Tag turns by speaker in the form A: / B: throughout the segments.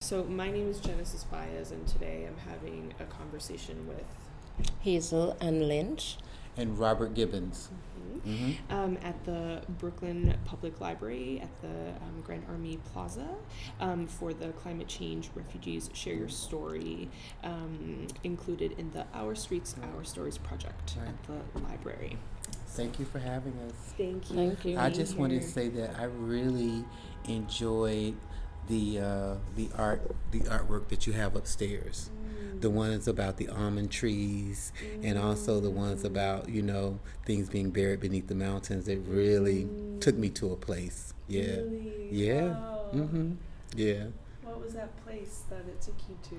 A: So my name is Genesis Baez, and today I'm having a conversation with
B: Hazel and Lynch.
C: and Robert Gibbons. Mhm.
A: um, at the Brooklyn Public Library at the um, Grand Army Plaza um, for the Climate Change Refugees Share Your Story, um, included in the Our Streets, Our Stories project
C: Right.
A: at the library.
C: Thank you for having us.
A: Thank you.
B: Thank you.
C: I
A: being
C: just wanted to
A: here.
C: say that I really enjoyed the uh, the art the artwork that you have upstairs.
A: Mm.
C: The ones about the almond trees and also the
A: Mm.
C: ones about, you know, things being buried beneath the mountains. It really took me to a place. Yeah.
A: Mm. Really?
C: Yeah.
A: Wow.
C: Mhm. Yeah.
A: What was that place that it took you to?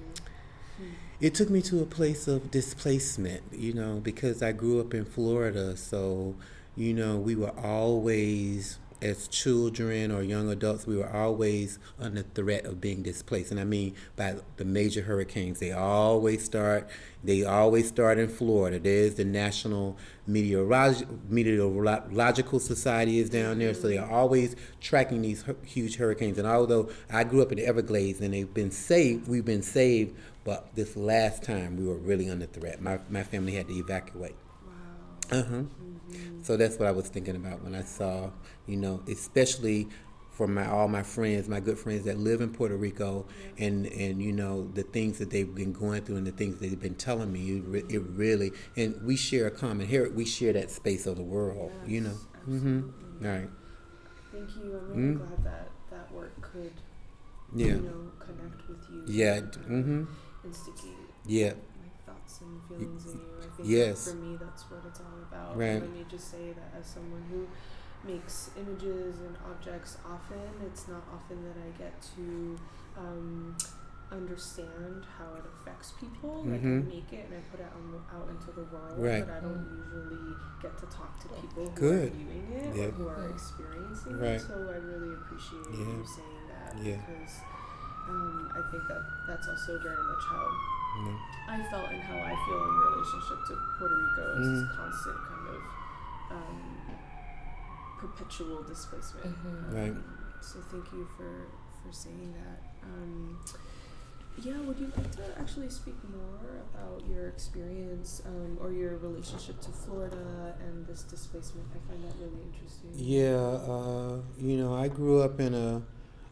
C: it took me to a place of displacement, you know, because I grew up in Florida. So, you know, we were always, as children or young adults, we were always under threat of being displaced. And I mean, by the major hurricanes, they always start, they always start in Florida. There's the National Meteorolog- Meteorological Society is down there. So they're always tracking these hu- huge hurricanes. And although I grew up in the Everglades and they've been saved, we've been saved. But this last time, we were really under threat. My, my family had to evacuate.
A: Wow.
C: Uh huh. So that's what I was thinking about when I saw, you know, especially for my all my friends, my good friends that live in Puerto Rico, and and you know the things that they've been going through and the things they've been telling me. It, re- it really and we share a common here. We share that space of the world. You know. Mm-hmm. Right.
A: Thank you. I'm really
C: Mm.
A: glad that that work could,
C: Yeah.
A: you know, connect with you.
C: Yeah.
A: and
C: Mm-hmm.
A: Instigate
C: Yeah.
A: my thoughts and feelings in you. I think
C: yes.
A: for me, that's what it's all about.
C: Right.
A: Let me just say that as someone who makes images and objects often, it's not often that I get to um, understand how it affects people. Like I
C: Mhm.
A: make it and I put it out, out into the world,
C: Right.
A: but I don't usually get to talk to people who are
C: Good.
A: viewing it or
C: Yep.
A: who are experiencing it.
C: Right.
A: So I really appreciate
C: Yeah.
A: you saying that
C: Yeah.
A: because um, I think that that's also very much how
C: Mhm.
A: I felt and how I feel in relationship to Puerto Rico is this
C: Mm.
A: constant kind of um, perpetual displacement.
B: Mhm.
C: Right.
A: Um, so thank you for for saying that. Um, yeah, would you like to actually speak more about your experience um, or your relationship to Florida and this displacement? I find that really interesting.
C: Yeah, uh, you know, I grew up in a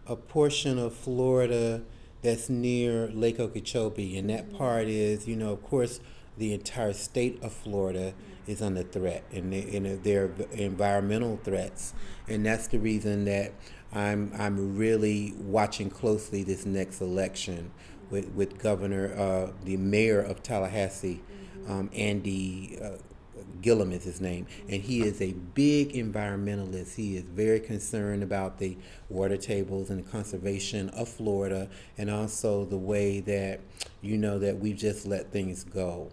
C: a portion of Florida that's near Lake Okeechobee, and that
A: Mhm.
C: part is, you know, of course, the entire state of Florida is under threat, and, they, and there are v- environmental threats, and that's the reason that I'm I'm really watching closely this next election with with Governor uh, the mayor of Tallahassee, um, Andy. Uh, Gillum is his name, and he is a big environmentalist. He is very concerned about the water tables and the conservation of Florida, and also the way that you know that we just let things go.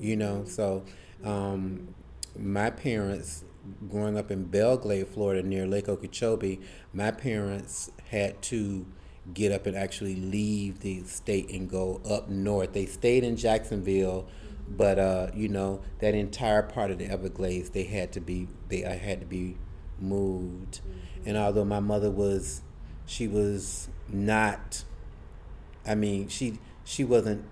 C: You know, so um, my parents, growing up in Belglade, Florida, near Lake Okeechobee, my parents had to get up and actually leave the state and go up north. They stayed in Jacksonville, but uh, you know that entire part of the Everglades, they had to be they uh, had to be moved. And although my mother was, she was not. I mean, she she wasn't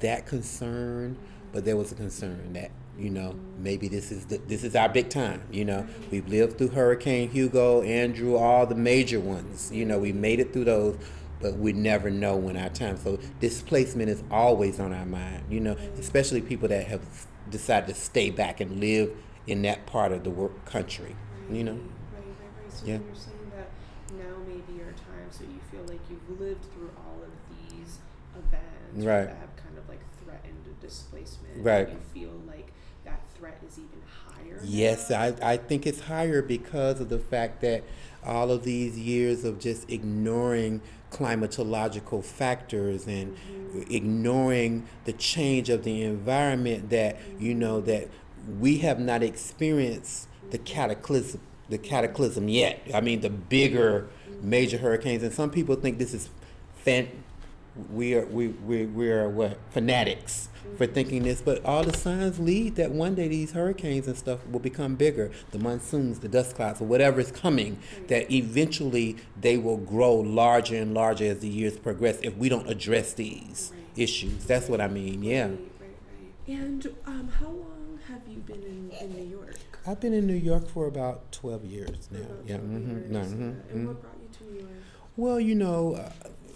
C: that concerned, but there was a concern that you know maybe this is the, this is our big time. You know, we've lived through Hurricane Hugo, Andrew, all the major ones. You know, we made it through those, but we never know when our time. So displacement is always on our mind. You know, especially people that have s- decided to stay back and live in that part of the work country. You know,
A: Right, right, right. So
C: Yeah.
A: when you're saying that now may be your time, so you feel like you've lived through all of these events
C: Right.
A: that have kind of like threatened the displacement.
C: Right.
A: You feel like that threat is even higher.
C: Yes,
A: now?
C: I, I think it's higher because of the fact that all of these years of just ignoring climatological factors and ignoring the change of the environment that you know that we have not experienced the cataclysm the cataclysm yet. I mean the bigger major hurricanes and some people think this is fan we are we we we are what fanatics
A: Mm-hmm.
C: for thinking this, but all the signs lead that one day these hurricanes and stuff will become bigger. The monsoons, the dust clouds, or whatever is coming,
A: Mm-hmm.
C: that eventually they will grow larger and larger as the years progress if we don't address these
A: Right.
C: issues. That's what I mean. Yeah.
A: Right, right, right. And um, how long have you been in, in New York?
C: I've been in New York for about 12 years now.
A: About
C: yeah.
A: 12
C: Mm-hmm.
A: years,
C: hmm
A: yeah. And what brought you to New York?
C: Well, you know, uh,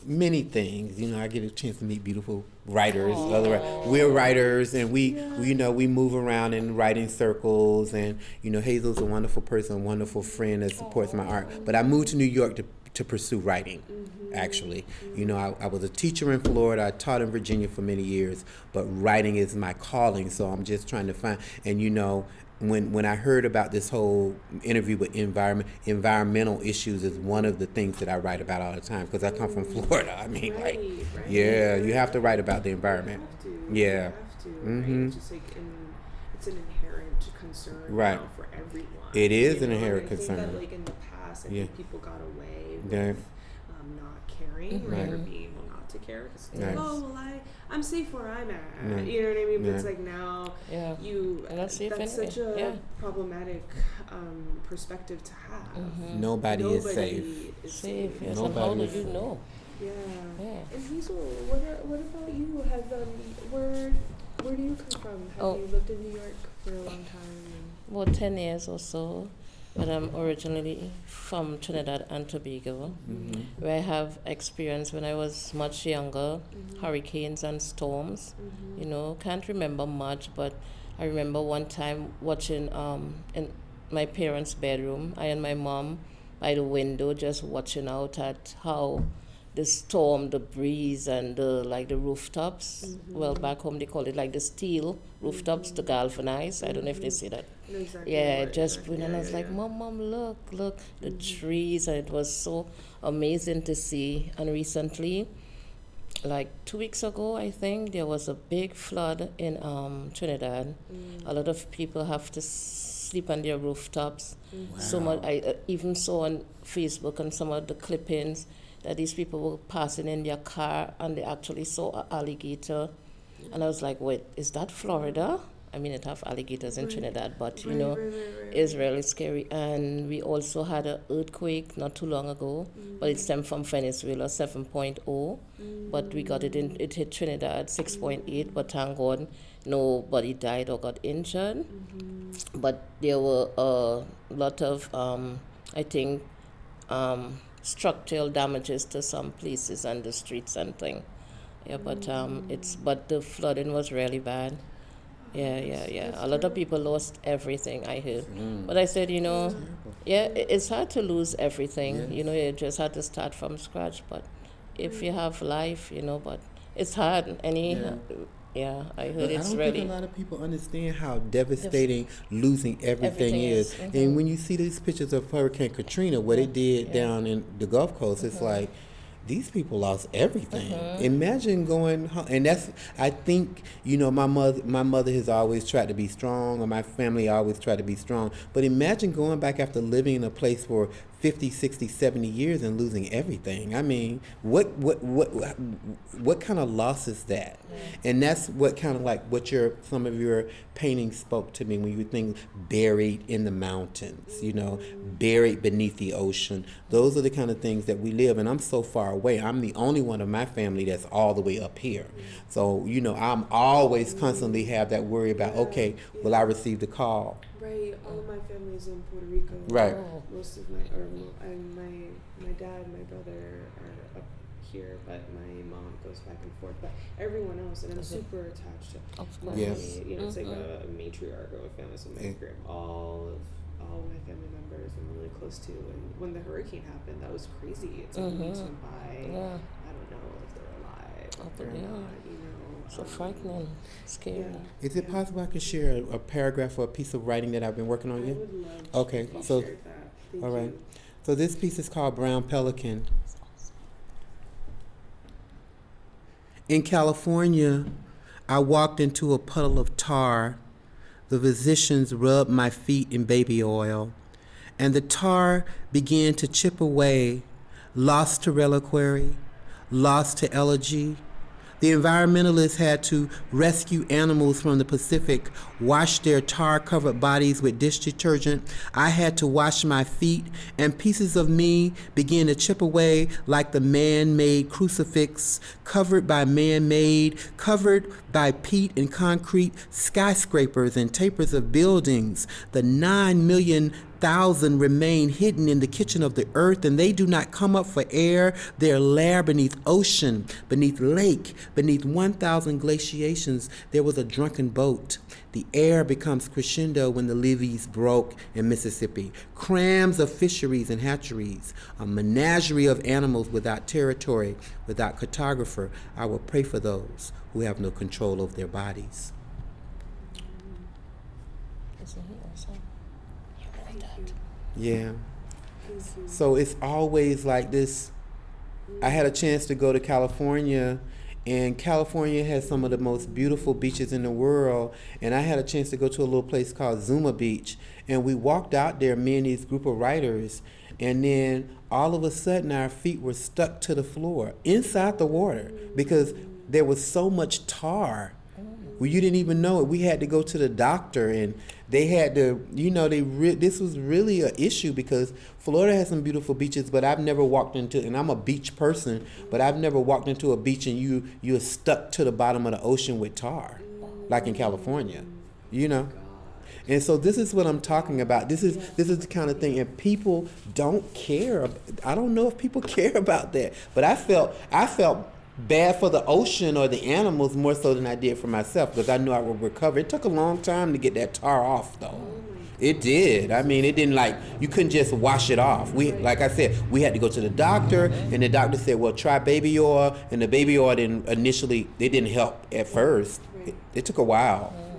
C: many things. You know, I get a chance to meet beautiful writers. Other wri- we're writers, and we, we, you know, we move around in writing circles. And you know, Hazel's a wonderful person, a wonderful friend that supports my art. But I moved to New York to to pursue writing. Actually, you know, I, I was a teacher in Florida. I taught in Virginia for many years, but writing is my calling. So I'm just trying to find. And you know, when when I heard about this whole interview with environment environmental issues is one of the things that I write about all the time because I come from Florida. I mean,
A: right,
C: like,
A: right.
C: yeah, you have to write about the
A: You
C: environment.
A: have to.
C: Yeah.
A: You have to. Right?
C: Mhm.
A: It's just like in, it's an inherent concern
C: Right.
A: now for everyone.
C: It is
A: you
C: an
A: know, and
C: inherent
A: I think
C: concern.
A: That, like in the past, I
C: Yeah.
A: think people got away with
C: Yeah.
A: um, not caring
B: Mm-hmm.
A: or
C: Right.
A: never being able not to care because it's
C: Right.
A: like, oh well, I I'm safe where I'm at.
C: Right.
A: You know what I mean? But it's
C: Yeah.
A: like now
B: Yeah.
A: you
B: And that's the
A: that's such
B: affinity,
A: a
B: yeah.
A: problematic um, perspective to have.
C: Nobody,
A: Nobody
C: is safe.
A: is
B: Mm-hmm. Safe. Yes.
C: Nobody
B: And how do
C: is
B: you
C: safe.
B: know?
A: Yeah.
B: Yeah.
A: And Hazel, what, are, what about you? Have um, where where do you come from? Have
B: Oh.
A: you lived in New York for a long time?
B: About ten years or so, but I'm originally from Trinidad and Tobago,
C: Mhm.
B: where I have experience when I was much younger,
A: Mhm.
B: hurricanes and storms.
A: Mm-hmm.
B: You know, can't remember much, but I remember one time watching um in my parents' bedroom, I and my mom by the window just watching out at how the storm, the breeze and the like the rooftops. Well back home they call it like the steel rooftops to galvanize. I don't know if they say that.
A: No, exactly
B: Yeah,
A: what-
B: just
A: exactly.
B: when and I
A: Yeah,
B: was
A: yeah,
B: like,
A: yeah. Mm-hmm.
B: Mom, Mom, look, look, the trees. And it was so amazing to see. And recently, like two weeks ago, I think, there was a big flood in um, Trinidad.
A: Mm-hmm.
B: A lot of people have to s- sleep on their rooftops. So much, I uh, even saw on Facebook and some of the clippings that these people were passing in their car and they actually saw an alligator. And I was like, wait, is that Florida? I mean, it have alligators in Trinidad, but you
A: Right,
B: know,
A: right, right, right.
B: is really scary. And we also had an earthquake not too long ago, but it stemmed from Venezuela 7.0, but we got it in, it hit Trinidad 6.8, but thank God nobody died or got injured. But there were a lot of, um, I think, um, structural damages to some places and the streets and thing. Yeah, but um, it's but the flooding was really bad. Yeah, yeah, yeah. A lot of people lost everything. I heard, but I said, you know,
C: Mm.
B: yeah, i- it's hard to lose everything. You know, you just had to start from scratch. But if you have life, you know, but it's hard. Any,
C: Yeah.
B: yeah, I
C: But
B: heard
C: I
B: it's
C: don't
B: really.
C: think a lot of people understand how devastating losing everything,
B: Everything is,
C: is.
B: Mm-hmm.
C: And when you see these pictures of Hurricane Katrina, what it did
B: yeah. Mm-hmm.
C: down in the Gulf Coast, it's like these people lost everything. Imagine going home, and that's I think you know my mother. My mother has always tried to be strong, or my family always tried to be strong. But imagine going back after living in a place for 50, 60, 70 years and losing everything. I mean, what what what what kind of loss is that? And that's what kind of like what your some of your paintings spoke to me when you think buried in the mountains, you know, buried beneath the ocean. Those are the kind of things that we live and I'm so far away. I'm the only one of my family that's all the way up here. So, you know, I'm always constantly have that worry about, okay, will I receive the call?
A: Right, all of my family is in Puerto Rico.
C: Right.
B: Oh.
A: Most of my, or mo- and my, my dad, my brother are up here, but my mom goes back and forth. But everyone else, and I'm super attached to
B: Of
A: my
B: course.
C: Yes.
A: family. You know, it's like a
B: Mm-hmm.
A: matriarch of a family. So my
C: Yeah.
A: grand- all of all my family members I'm really close to. And when the hurricane happened, that was crazy. It's like weeks
B: Mhm.
A: went by.
B: Yeah,
A: I don't know if they're alive, if
B: Oh,
A: they're
B: yeah.
A: not. You know,
B: so
A: um,
B: frightening,
A: Yeah.
B: scary.
C: Is it possible I could share a, a paragraph or a piece of writing that I've been working
A: I
C: on yet?
A: would love.
C: Okay,
A: if you
C: so-
A: shared that. Thank
C: all right.
A: you.
C: So this piece is called Brown Pelican. In California, I walked into a puddle of tar. The physicians rubbed my feet in baby oil, and the tar began to chip away, lost to reliquary, lost to elegy. The environmentalists had to rescue animals from the Pacific, wash their tar covered bodies with dish detergent. I had to wash my feet, and pieces of me began to chip away like the man made crucifix, covered by man made, covered by peat and concrete, skyscrapers and tapers of buildings. The nine million thousand remain hidden in the kitchen of the earth, and they do not come up for air. They are lair beneath ocean, beneath lake, beneath 1,000 glaciations. There was a drunken boat. The air becomes crescendo when the levees broke in Mississippi. Crams of fisheries and hatcheries, a menagerie of animals without territory, without cartographer. I will pray for those who have no control over their bodies.
B: Isn't he awesome? He wrote
A: Thank
B: that.
A: you.
C: Yeah.
A: Thank you.
C: So it's always like this. I had a chance to go to California, and California has some of the most beautiful beaches in the world. And I had a chance to go to a little place called Zuma Beach, and we walked out there, me and these group of writers, and then all of a sudden our feet were stuck to the floor inside the water because there was so much tar. Well, you didn't even know it. We had to go to the doctor, and they had to, you know, they re- this was really an issue because Florida has some beautiful beaches, but I've never walked into, and I'm a beach person, but I've never walked into a beach and you you're stuck to the bottom of the ocean with tar, like in California, you know. And so this is what I'm talking about. This is this is the kind of thing, and people don't care. ab- I don't know if people care about that, but I felt I felt bad for the ocean or the animals more so than I did for myself because I knew I would recover. It took a long time to get that tar off, though. It did. I mean, it didn't like you couldn't just wash it off. We, like I said, we had to go to the doctor, and the doctor said, "Well, try baby oil," and the baby oil didn't initially. They didn't help at first. It,
B: Uh,
C: it took a while.
A: Oh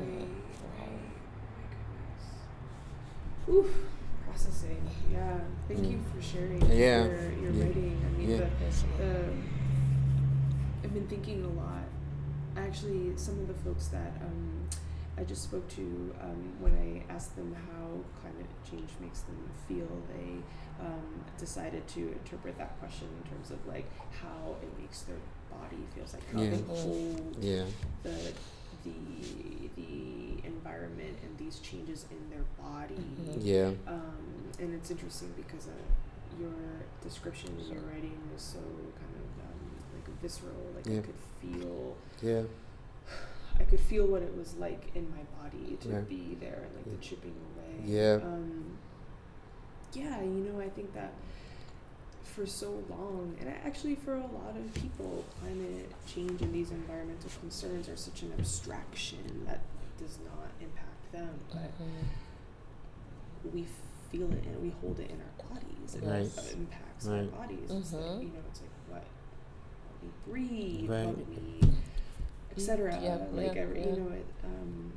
A: Oof, processing. Yeah. Thank you for sharing
C: Mm. Yeah.
A: your, your
C: Yeah.
A: writing. I mean,
C: Yeah.
B: Yes.
A: the, the, Um, I've been thinking a lot. Actually, some of the folks that um, I just spoke to, um, when I asked them how climate change makes them feel, they um, decided to interpret that question in terms of like how it makes their body feels like how
C: Yeah.
A: they hold
C: Yeah.
A: the the the environment and these changes in their body.
C: Yeah.
A: Um, and it's interesting because uh, your description and your writing was so kind of um, like visceral. Like I
C: Yeah.
A: could feel,
C: Yeah.
A: I could feel what it was like in my body to
C: Yeah.
A: be there and like the chipping away.
C: Yeah.
A: Um, yeah, you know, I think that for so long, and a- actually for a lot of people, climate change and these environmental concerns are such an abstraction that does not impact them, but we feel it and we hold it in our bodies. and
C: Right.
A: It impacts
C: Right.
A: our bodies. It's like,
B: Mhm.
A: you know, it's like what, what we breathe,
C: Right.
A: what we,
B: Mm,
A: etc.
B: Yep,
A: like
B: yep,
A: every,
B: yep.
A: you know, it. Um,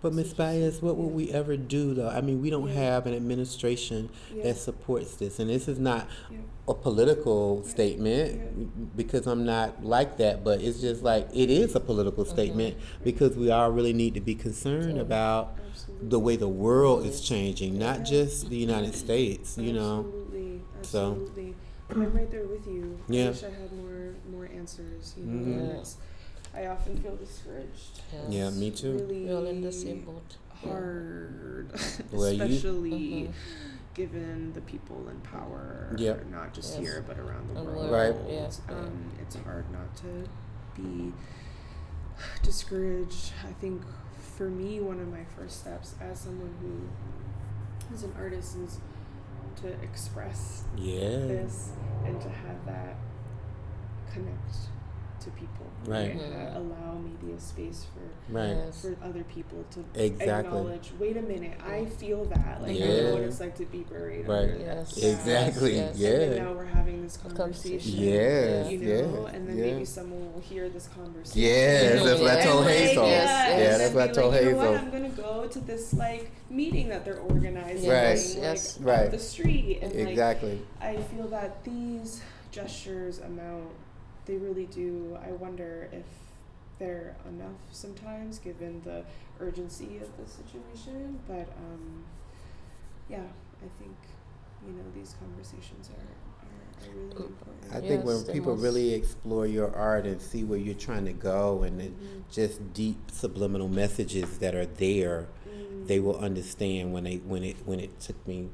C: But Ms. Baez, what would
A: Yeah.
C: we ever do though? I mean, we don't
A: Yeah.
C: have an administration
A: yeah,
C: that supports this, and this is not
A: yeah,
C: a political statement
A: Yeah.
C: because I'm not like that. But it's just like it is a political statement because we all really need to be concerned about
A: absolutely.
C: the way the world is changing, not
A: Yeah.
C: just the United States. You know,
A: absolutely,
C: so.
A: absolutely. I'm right there with you. I
C: Yeah.
A: wish I had more more answers. You
C: Mhm.
A: know, and
B: Yeah.
A: it's, I often feel discouraged.
C: yeah, me
A: It's
C: too.
A: Really
B: Mm-hmm. We're all in the same boat.
A: hard,
C: Well, you-
A: especially
B: Mhm.
A: given the people in power,
C: Yep.
A: not just
B: Yes.
A: here but around the
B: The
A: world.
C: world,
B: Right. yeah, yeah.
A: Um, It's hard not to be discouraged. I think for me, one of my first steps as someone who is an artist is to express
C: Yeah,
A: this and to have that connect to people.
C: Right.
A: And
B: Yeah.
A: allow maybe a space for
C: right.
B: Yes.
A: for other people to
C: Exactly.
A: acknowledge wait a minute i feel that like i know what
C: Yeah.
A: it's like to be buried
C: Right.
A: under that
B: Yes.
A: sad.
C: Exactly.
B: Yes.
A: and then
C: Yeah.
A: now we're having this
B: Of
A: conversation
B: conversation.
C: Yes.
A: you
C: Yes.
A: know and then
C: yes.
A: maybe someone will hear this conversation
C: Yes,
B: that's what I
A: And,
B: told
A: like,
B: Hazel.
A: yeah,
B: Yes,
A: and then
B: yes.
C: Yeah, that's what I
A: be
C: told
A: like, you know what,
C: Hazel.
A: i'm gonna go to this like meeting that they're organizing
C: Yes,
A: like,
B: yes.
A: up
C: Right.
A: the street and like
C: Exactly.
A: I feel that these gestures amount, they really do. I wonder if they're enough sometimes given the urgency of the situation. But um, yeah, I think, you know, these conversations are, are, really important.
C: Oh, I think when
B: Yes, they
C: people
B: must.
C: really explore your art and see where you're trying to go and the just deep subliminal messages that are there,
A: Mm-hmm.
C: they will understand when they when it when it took me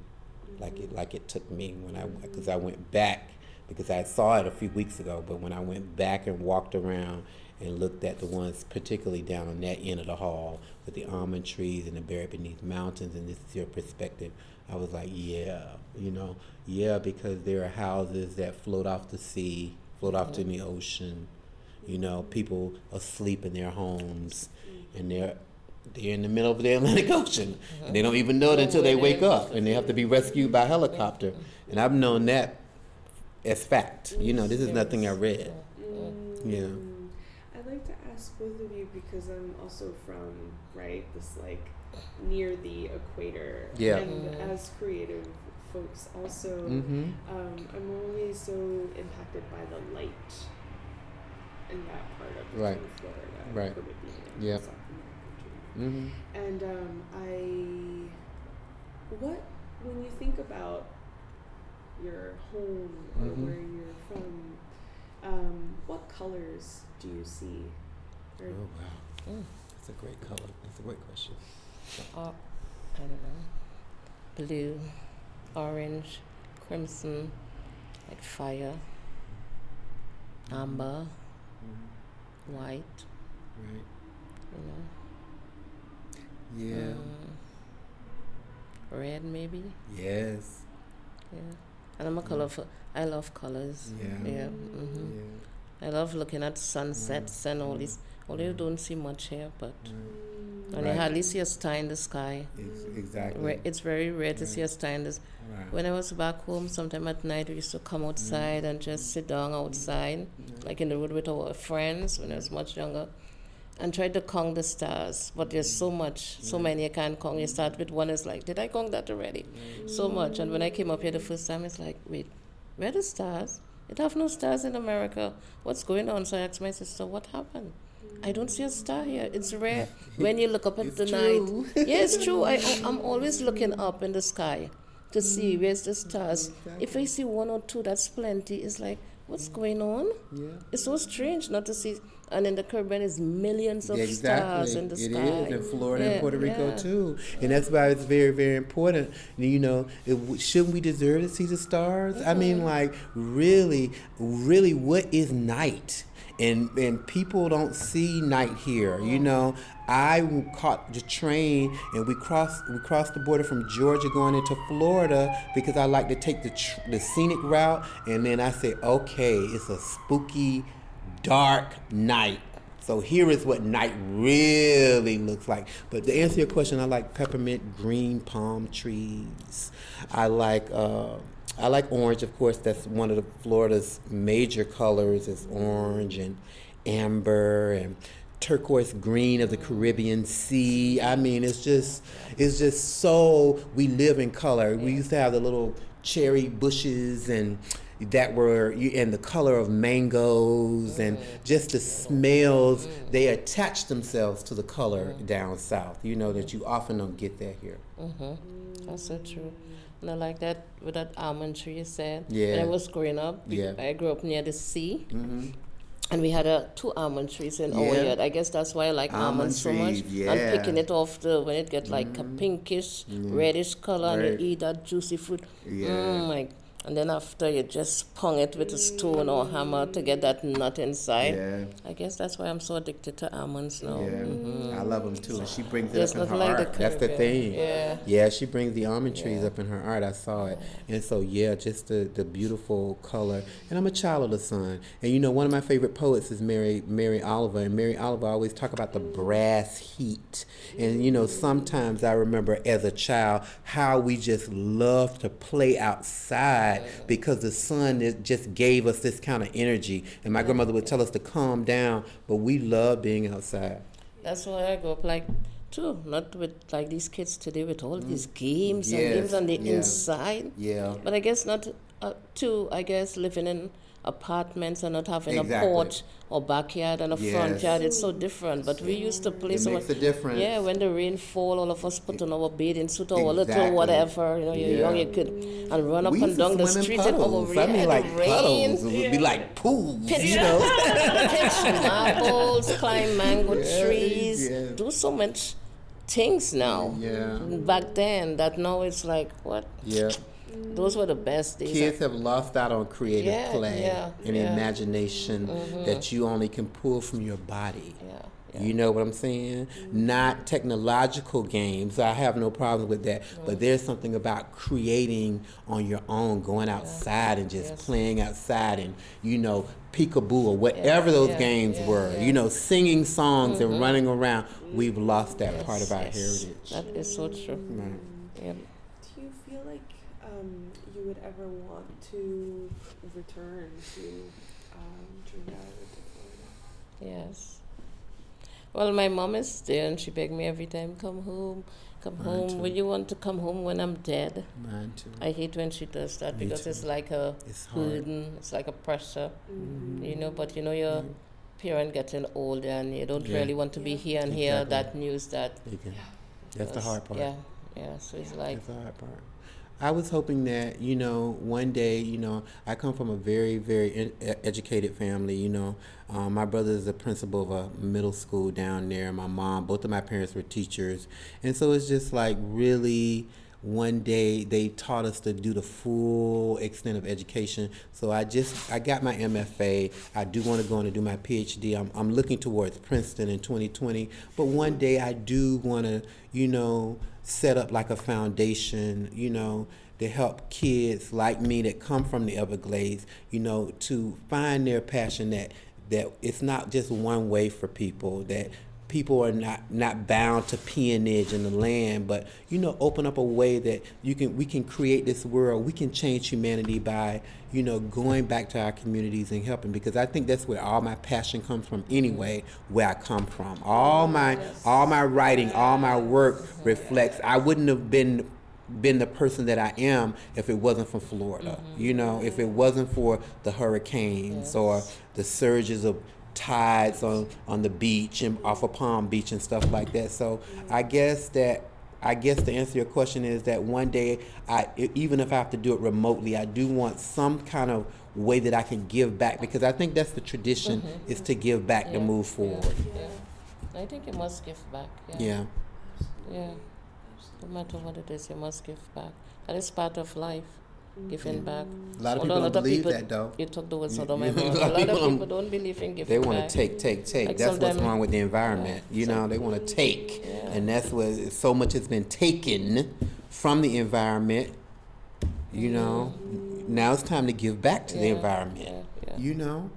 A: Mm-hmm.
C: like it like it took me when I because I went back because I saw it a few weeks ago, but when I went back and walked around and looked at the ones particularly down on that end of the hall with the almond trees and the buried beneath mountains and this is your perspective, I was like, yeah, you know, yeah, because there are houses that float off the sea, float off to the ocean, you know, people asleep in their homes and they're they're in the middle of the Atlantic Ocean. And they don't even know it
B: Oh,
C: until they
B: where
C: wake
B: they-
C: up and they have to be rescued by helicopter. And I've known that as fact. You know, this is nothing I read. Yeah.
A: Mm. I'd like to ask both of you because I'm also from right this like near the equator.
C: Yeah.
A: And
B: Mm.
A: as creative folks, also
C: Mm-hmm.
A: um, I'm always so impacted by the light in that part of
C: Right.
A: South Florida,
C: Right.
A: Caribbean,
C: Yeah.
A: South America,
C: Mm-hmm.
A: too. and um, I what when you think about your home or
B: Mm-hmm.
C: Mhm.
A: where you're from, um, what colors do you see?
C: Oh,
A: Or
C: wow.
B: Mm.
C: That's a great color. That's a great question.
B: Uh, I don't know. Blue, orange, crimson, like fire, amber, white,
C: Right.
B: you know.
C: Yeah.
B: Mm. red maybe.
C: Yes.
B: Yeah. And I'm a colorful I love colors.
C: Mm. Yeah.
B: Yeah.
C: Yeah.
B: hmm I love looking at sunsets
C: Mm.
B: and all this. Although you don't see much here, but
A: hmm,
C: Right.
B: and you
C: Right.
B: hardly see a star in the sky.
C: Ex- exactly.
B: Ra- It's very rare to
C: Right.
B: see a star in the
C: Right.
B: When I was back home, sometime at night, we used to come outside and just sit down outside, like in the road with our friends when I was much younger, and try to count the stars. But there's so much, so
C: Yeah.
B: many I can't count. You start with one, it's like, did I count that already? So much. And when I came up here the first time, it's like, wait, where the stars? It have no stars in America. What's going on? So I asked my sister, what happened? I don't see a star here. It's rare when you look up at
C: It's
B: the night.
C: true.
B: Yeah, it's true. I, I'm always looking up in the sky to see
C: Mm.
B: where's the stars. If I see one or two, that's plenty. It's like, what's going on?
C: Mm. Yeah.
B: It's so strange not to see. And in the Caribbean, is millions of stars in the
C: It
B: sky.
C: is in Florida and
B: Yeah,
C: Puerto Rico
B: yeah.
C: too, and that's why it's very, very important. And, You know, it, w- shouldn't we deserve to see the stars? I
B: Mm-hmm.
C: mean, like really, really, what is night? And and people don't see night here. You know, I w- caught the train and we crossed we crossed the border from Georgia going into Florida because I like to take the tr- the scenic route. And then I said, okay, it's a spooky, dark night. So here is what night really looks like. But to answer your question, I like peppermint green palm trees. I like uh, I like orange, of course. That's one of the Florida's major colors is orange and amber and turquoise green of the Caribbean Sea. I mean, it's just it's just so we live in color. We used to have the little cherry bushes and that were you and the color of mangoes and just the smells they attach themselves to the color down south you know that you often don't get that here
B: Mm-hmm. That's so true. And I like that with that almond tree you said. When
C: Yeah.
B: I was growing up, we-
C: Yeah. Mm-hmm.
B: I grew up near the sea. And we had uh, two almond trees in our
C: Yeah.
B: yard. I guess that's why I like
C: Almond
B: almonds so much.
C: trees,
B: And
C: yeah. Mm-hmm.
B: picking it off the when it gets like a pinkish, reddish color, and
C: Right.
B: you eat that juicy fruit.
C: Yeah.
B: Mm, like, and then after you just pong it with a stone or hammer to get that nut inside.
C: yeah
B: I guess that's why I'm so addicted to almonds now.
C: yeah i love them too and she brings it
B: Mm-hmm. There's
C: up in her
B: nothing like the
C: art that's the
B: Caribbean.
C: thing
B: Yeah.
C: Yeah, she brings the almond trees up in her art. I saw it. And so, yeah, just the, the beautiful color. And I'm a child of the sun. And you know, one of my favorite poets is Mary Mary Oliver. And Mary Oliver always talk about the brass heat. And you know, sometimes I remember as a child how we just loved to play outside because the sun is- just gave us this kind of energy. And my grandmother would tell us to calm down, but we love being outside.
B: That's why I go up like too, not with like these kids today with all these games and
C: Mm. Yes,
B: games on the
C: yeah.
B: inside.
C: Yeah.
B: But I guess not uh, too. I guess living in apartments and not having
C: Exactly.
B: a porch or backyard and a front
C: Yes.
B: yard. It's so different. But we used to play
C: It
B: so much.
C: makes a difference.
B: Yeah, when the rain fall, all of us put on our bathing suit or a
C: Exactly.
B: little whatever. You know, you're young,
C: Yeah.
B: you could and run up
C: we used
B: and
C: to
B: down the
C: swim in
B: street and
C: puddles.
B: over
C: I mean,
B: yeah,
C: like
B: the rain.
C: puddles. It would be like pools, you know.
B: Catch marbles, climb mango
C: Yeah,
B: trees,
C: yeah.
B: do so much things now.
C: Yeah.
B: Back then, that now it's like what?
C: Yeah.
B: Those were the best days.
C: Kids have lost out on creative
B: Yeah,
C: play
B: yeah,
C: and
B: yeah. Mm-hmm.
C: imagination that you only can pull from your body.
B: yeah. Mm-hmm.
C: You know what I'm saying? Not technological games. I have no problem with that.
B: Mm-hmm.
C: But there's something about creating on your own, going outside and just playing outside and, you know, peekaboo or whatever those
B: yeah,
C: games
B: yeah,
C: were.
B: yeah. Mm-hmm.
C: You know, singing songs and running around. We've lost that part
B: Yes,
C: of our
B: yes.
C: heritage.
B: That is so true.
C: Right.
B: Yeah.
A: Do you feel like um, you would ever want to return to um, Trinidad or
B: Yes. Well, my mom is there, and she begged me every time, "Come home, come
C: Mine
B: home.
C: too.
B: Will you want to come home when I'm dead?"
C: Mine too.
B: I hate when she does that
C: Me
B: because
C: too.
B: it's like a
C: It's hard.
B: burden, it's like a pressure,
A: to Florida?
B: Mm, you know. But
A: Mm-hmm.
B: you know, your
C: Mm.
B: parent getting older, and you don't
C: Yeah.
B: really want to be
A: Yeah.
B: here and hear
C: Exactly.
B: that news. That
C: You can- That's the
B: was-
C: hard part.
B: Yeah, yeah. So it's like,
C: That's the hard part. I was hoping that you know one day you know I come from a very very in, e- educated family. You know, um, my brother is the principal of a middle school down there. My mom, both of my parents were teachers, and so it's just like really one day they taught us to do the full extent of education so i just i got my mfa i do want to go on and do my phd i'm, I'm looking towards princeton in 2020 but one day i do want to you know set up like a foundation, you know, to help kids like me that come from the Everglades, you know, to find their passion that that it's not just one way for people that people are not not bound to peonage in the land but you know open up a way that you can we can create this world we can change humanity by you know going back to our communities and helping because i think that's where all my passion comes from anyway where i come from all my all my writing all my work reflects i wouldn't have been been the person that I am if it wasn't for Florida.
B: Mm-hmm.
C: You know, if it wasn't for the hurricanes or the surges of tides on on the beach and off of Palm Beach and stuff like that. So I guess that I guess to answer your question is that one day I e- even if I have to do it remotely, I do want some kind of way that I can give back because I think that's the tradition is to give back to
B: Mm-hmm. Yeah,
C: move
B: yeah.
C: forward.
B: I think you must give back. Yeah.
C: Yeah.
B: Yeah. No matter what it is, you must give back. That is part of life, giving back.
C: A lot of
B: Although
C: people don't believe that though.
B: You took the words
C: You-
B: out of my
C: you-
B: mouth. A lot of people, don't believe in giving
C: um, They
B: back.
C: want to take, take, take.
B: Like
C: that's what's
B: sometime-
C: wrong with the environment.
B: yeah,
C: you know,
B: some-
C: they want to take,
B: Yeah.
C: and that's what so much has been taken from the environment. You know, now it's time to give back to the
B: Mm-hmm. Yeah,
C: environment.
B: yeah, yeah.
C: You know,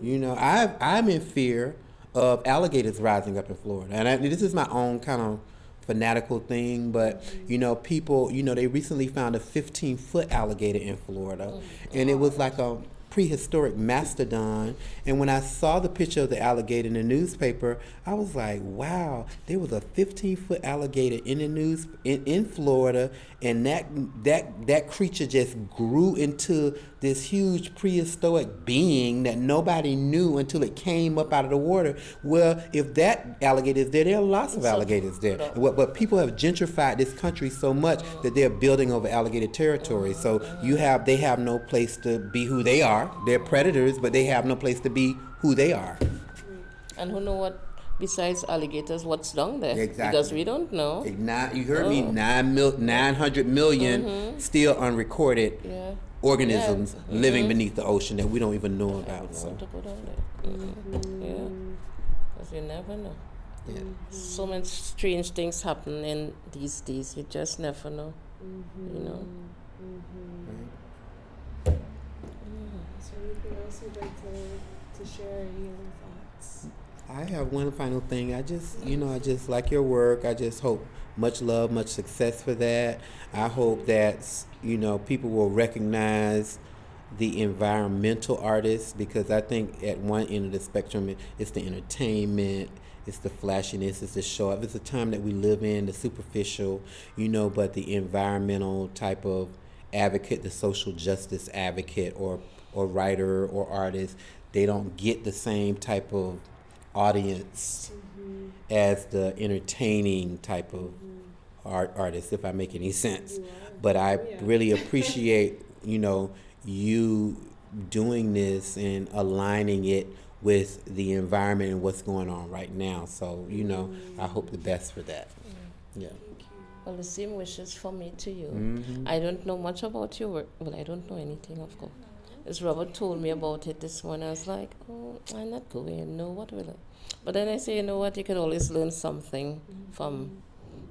C: you know, I I'm in fear of alligators rising up in Florida, and I, this is my own kind of fanatical thing. But you know, people, you know, they recently found a 15 foot alligator in Florida, and it was like a prehistoric mastodon. And when I saw the picture of the alligator in the newspaper, I was like, wow, there was a 15 foot alligator in the news in, in Florida, and that that that creature just grew into this huge prehistoric being that nobody knew until it came up out of the water. Well, if that alligator is there, there are lots of
B: So-
C: alligators there.
B: no.
C: What, but people have gentrified this country so much that they're building over alligator territory. So you have they have no place to be who they are. They're predators, but they have no place to be who they are.
B: And who know what besides alligators, what's down there?
C: Exactly.
B: Because we don't know.
C: Nine, you heard me,
B: Oh.
C: nine mil, 900 million still unrecorded
B: Mm-hmm. Yeah.
C: organisms
B: Yeah.
C: living beneath the ocean that we don't even know about.
B: It's not to
C: So,
B: go down there. Mm-mm. Yeah. Because you never know.
C: yeah.
B: So many strange things happen in these days. You just never know. You know.
A: Is there anything else you'd like to, to share? Any other thoughts?
C: I have one final thing. I just, you know, I just like your work. I just hope much love, much success for that. I hope that, you know, people will recognize the environmental artists because I think at one end of the spectrum, it- it's the entertainment, it's the flashiness, it's the show up. It's the time that we live in, the superficial, you know, but the environmental type of advocate, the social justice advocate, or or writer or artist, they don't get the same type of audience
A: Mm-hmm.
C: as the entertaining type of art artist, if I make any sense. But I
A: Yeah.
C: really appreciate, you know, you doing this and aligning it with the environment and what's going on right now. So, you know, I
A: Mm-hmm.
C: hope the best for that. Yeah.
A: Thank you.
B: Well, the same wishes for me to you.
C: Mhm.
B: I don't know much about your work. Well, I don't know anything, of course. As Robert told me about it this morning, I was like, oh, I'm not going. No, what will I? But then I say, you know what? You can always learn something from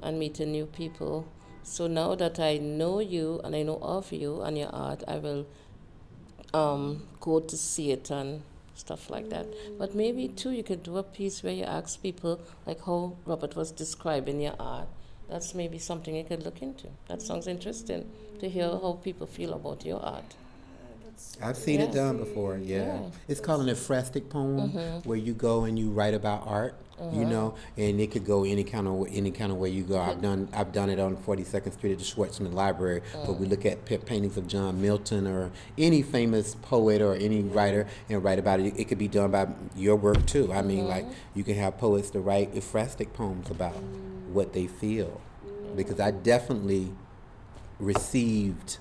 B: and meeting new people. So now that I know you and I know of you and your art, I will um, go to see it and stuff like that. But maybe too, you could do a piece where you ask people, like how Robert was describing your art. That's maybe something you could look into. That sounds interesting to hear how people feel about your art.
A: Uh, that's
C: I've seen it
B: Yeah.
C: done before, yeah.
B: Yeah. Mm-hmm.
C: It's called an ephrastic poem where you go and you write about art, you know, and it could go any kind of any kind of way you go.
B: Mm-hmm.
C: I've done I've done it on 42nd Street at the Schwartzman Library, but
B: Mm.
C: we look at pa- paintings of John Milton or any famous poet or any writer and write about it. It could be done by your work too. I mean,
B: Mm-hmm.
C: like you can have poets to write ephrastic poems about what they feel, because I definitely received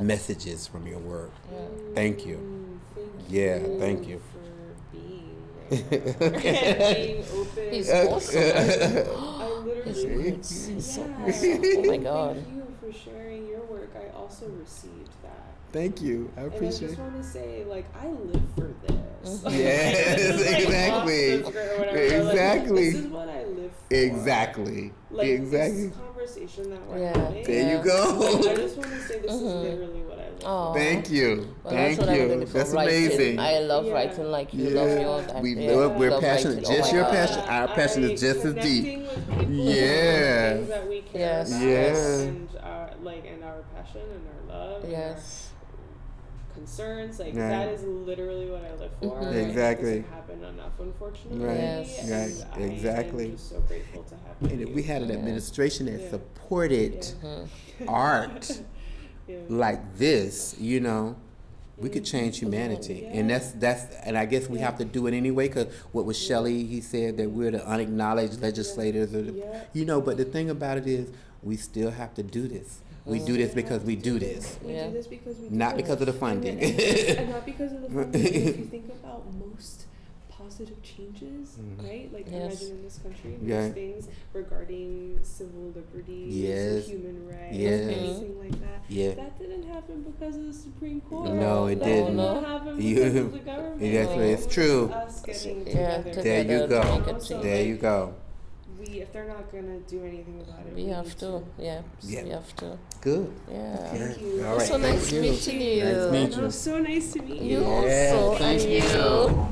C: messages from your work. Thank you.
A: Mm, thank
C: Yeah,
A: you
C: thank you.
A: For being there. being open.
B: He's
C: Uh,
B: awesome.
A: I
B: He's
A: literally.
B: nice. He's so
A: Yeah.
B: awesome. Oh my God.
A: Thank you for sharing your work. I also received that.
C: Thank you. I
A: And I just want to say, like, I live for
B: Mm-hmm.
A: this. Like,
C: Yes,
A: this is, like,
C: exactly.
A: off the script or whatever, but, like,
C: Exactly.
A: this is what I live for.
C: Exactly.
A: Like,
C: exactly.
A: This conversation that we're
B: Yeah.
A: having.
C: There
B: Yeah.
C: you
A: Like, I
C: go.
A: just want to say this
B: Mhm.
A: is literally what I live for.
B: Aw.
C: Thank you.
B: Well,
C: Thank
B: that's what I'm
C: you.
B: looking for.
C: That's
B: writing.
C: amazing.
B: I love
A: Yeah.
B: writing like you love your. I-
C: we
B: yeah,
C: love, we're
B: love
C: passionate.
B: writing. Oh
C: Just
B: my
C: your
B: God.
C: passion. Our passion is
A: uh, I-
C: just as deep.
A: connecting with people and
C: Yeah.
A: things that we care
B: Yes.
A: about
C: Yes.
A: And our, like, and our passion and our love. and our
B: Yes.
A: concerns. Like
C: Right.
A: that is literally what I live for.
B: Mhm.
A: and it
C: Exactly.
A: Doesn't happen enough, unfortunately.
C: Right.
B: Yes.
A: and
C: Right.
A: I am
C: Exactly.
A: just so grateful to have
C: And
A: you.
C: if we had an
B: Yeah.
C: administration that
A: Yeah.
C: supported
B: Mhm.
C: art
A: yeah.
C: like this, you know, we could
A: Mm-hmm.
C: change humanity, and that's that's, and I guess we
A: Yeah.
C: have to do it anyway. Because what was Shelley? He said that we're the unacknowledged legislators, or the,
A: Yeah.
C: you know. But the thing about it is, we still have to do this. We do this because we do this,
A: We
B: Yeah.
A: do this because we do
C: not
A: this.
C: because of the
A: And then-
C: funding.
A: and, then- and not because of the funding. if you think about most positive changes,
C: Mhm.
A: right? Like
B: Yes.
A: imagine in this country,
C: Yeah.
A: there's things regarding civil liberties,
C: Yes.
A: human rights,
C: Yes.
A: anything like that.
C: yeah,
A: That didn't happen because of the Supreme Court.
C: No, it
A: that
C: didn't.
A: That happen
C: You-
A: because of the government.
C: Yes,
A: Like,
B: but
C: it's
A: it was
C: true.
A: Us getting
B: Yeah,
A: together.
C: There you
B: together to
C: go.
B: make a change.
C: there you go.
A: We, if they're not gonna do anything about it,
B: We have
A: need
B: to, yeah.
C: Yeah.
B: We have to,
C: Good.
B: yeah.
A: Thank you.
C: All right.
B: So nice
C: Thank you.
B: meeting you.
C: Nice meeting
A: Oh, so nice to meet you.
B: You
C: Yes,
B: also,
C: thank
B: and
C: you.
B: you.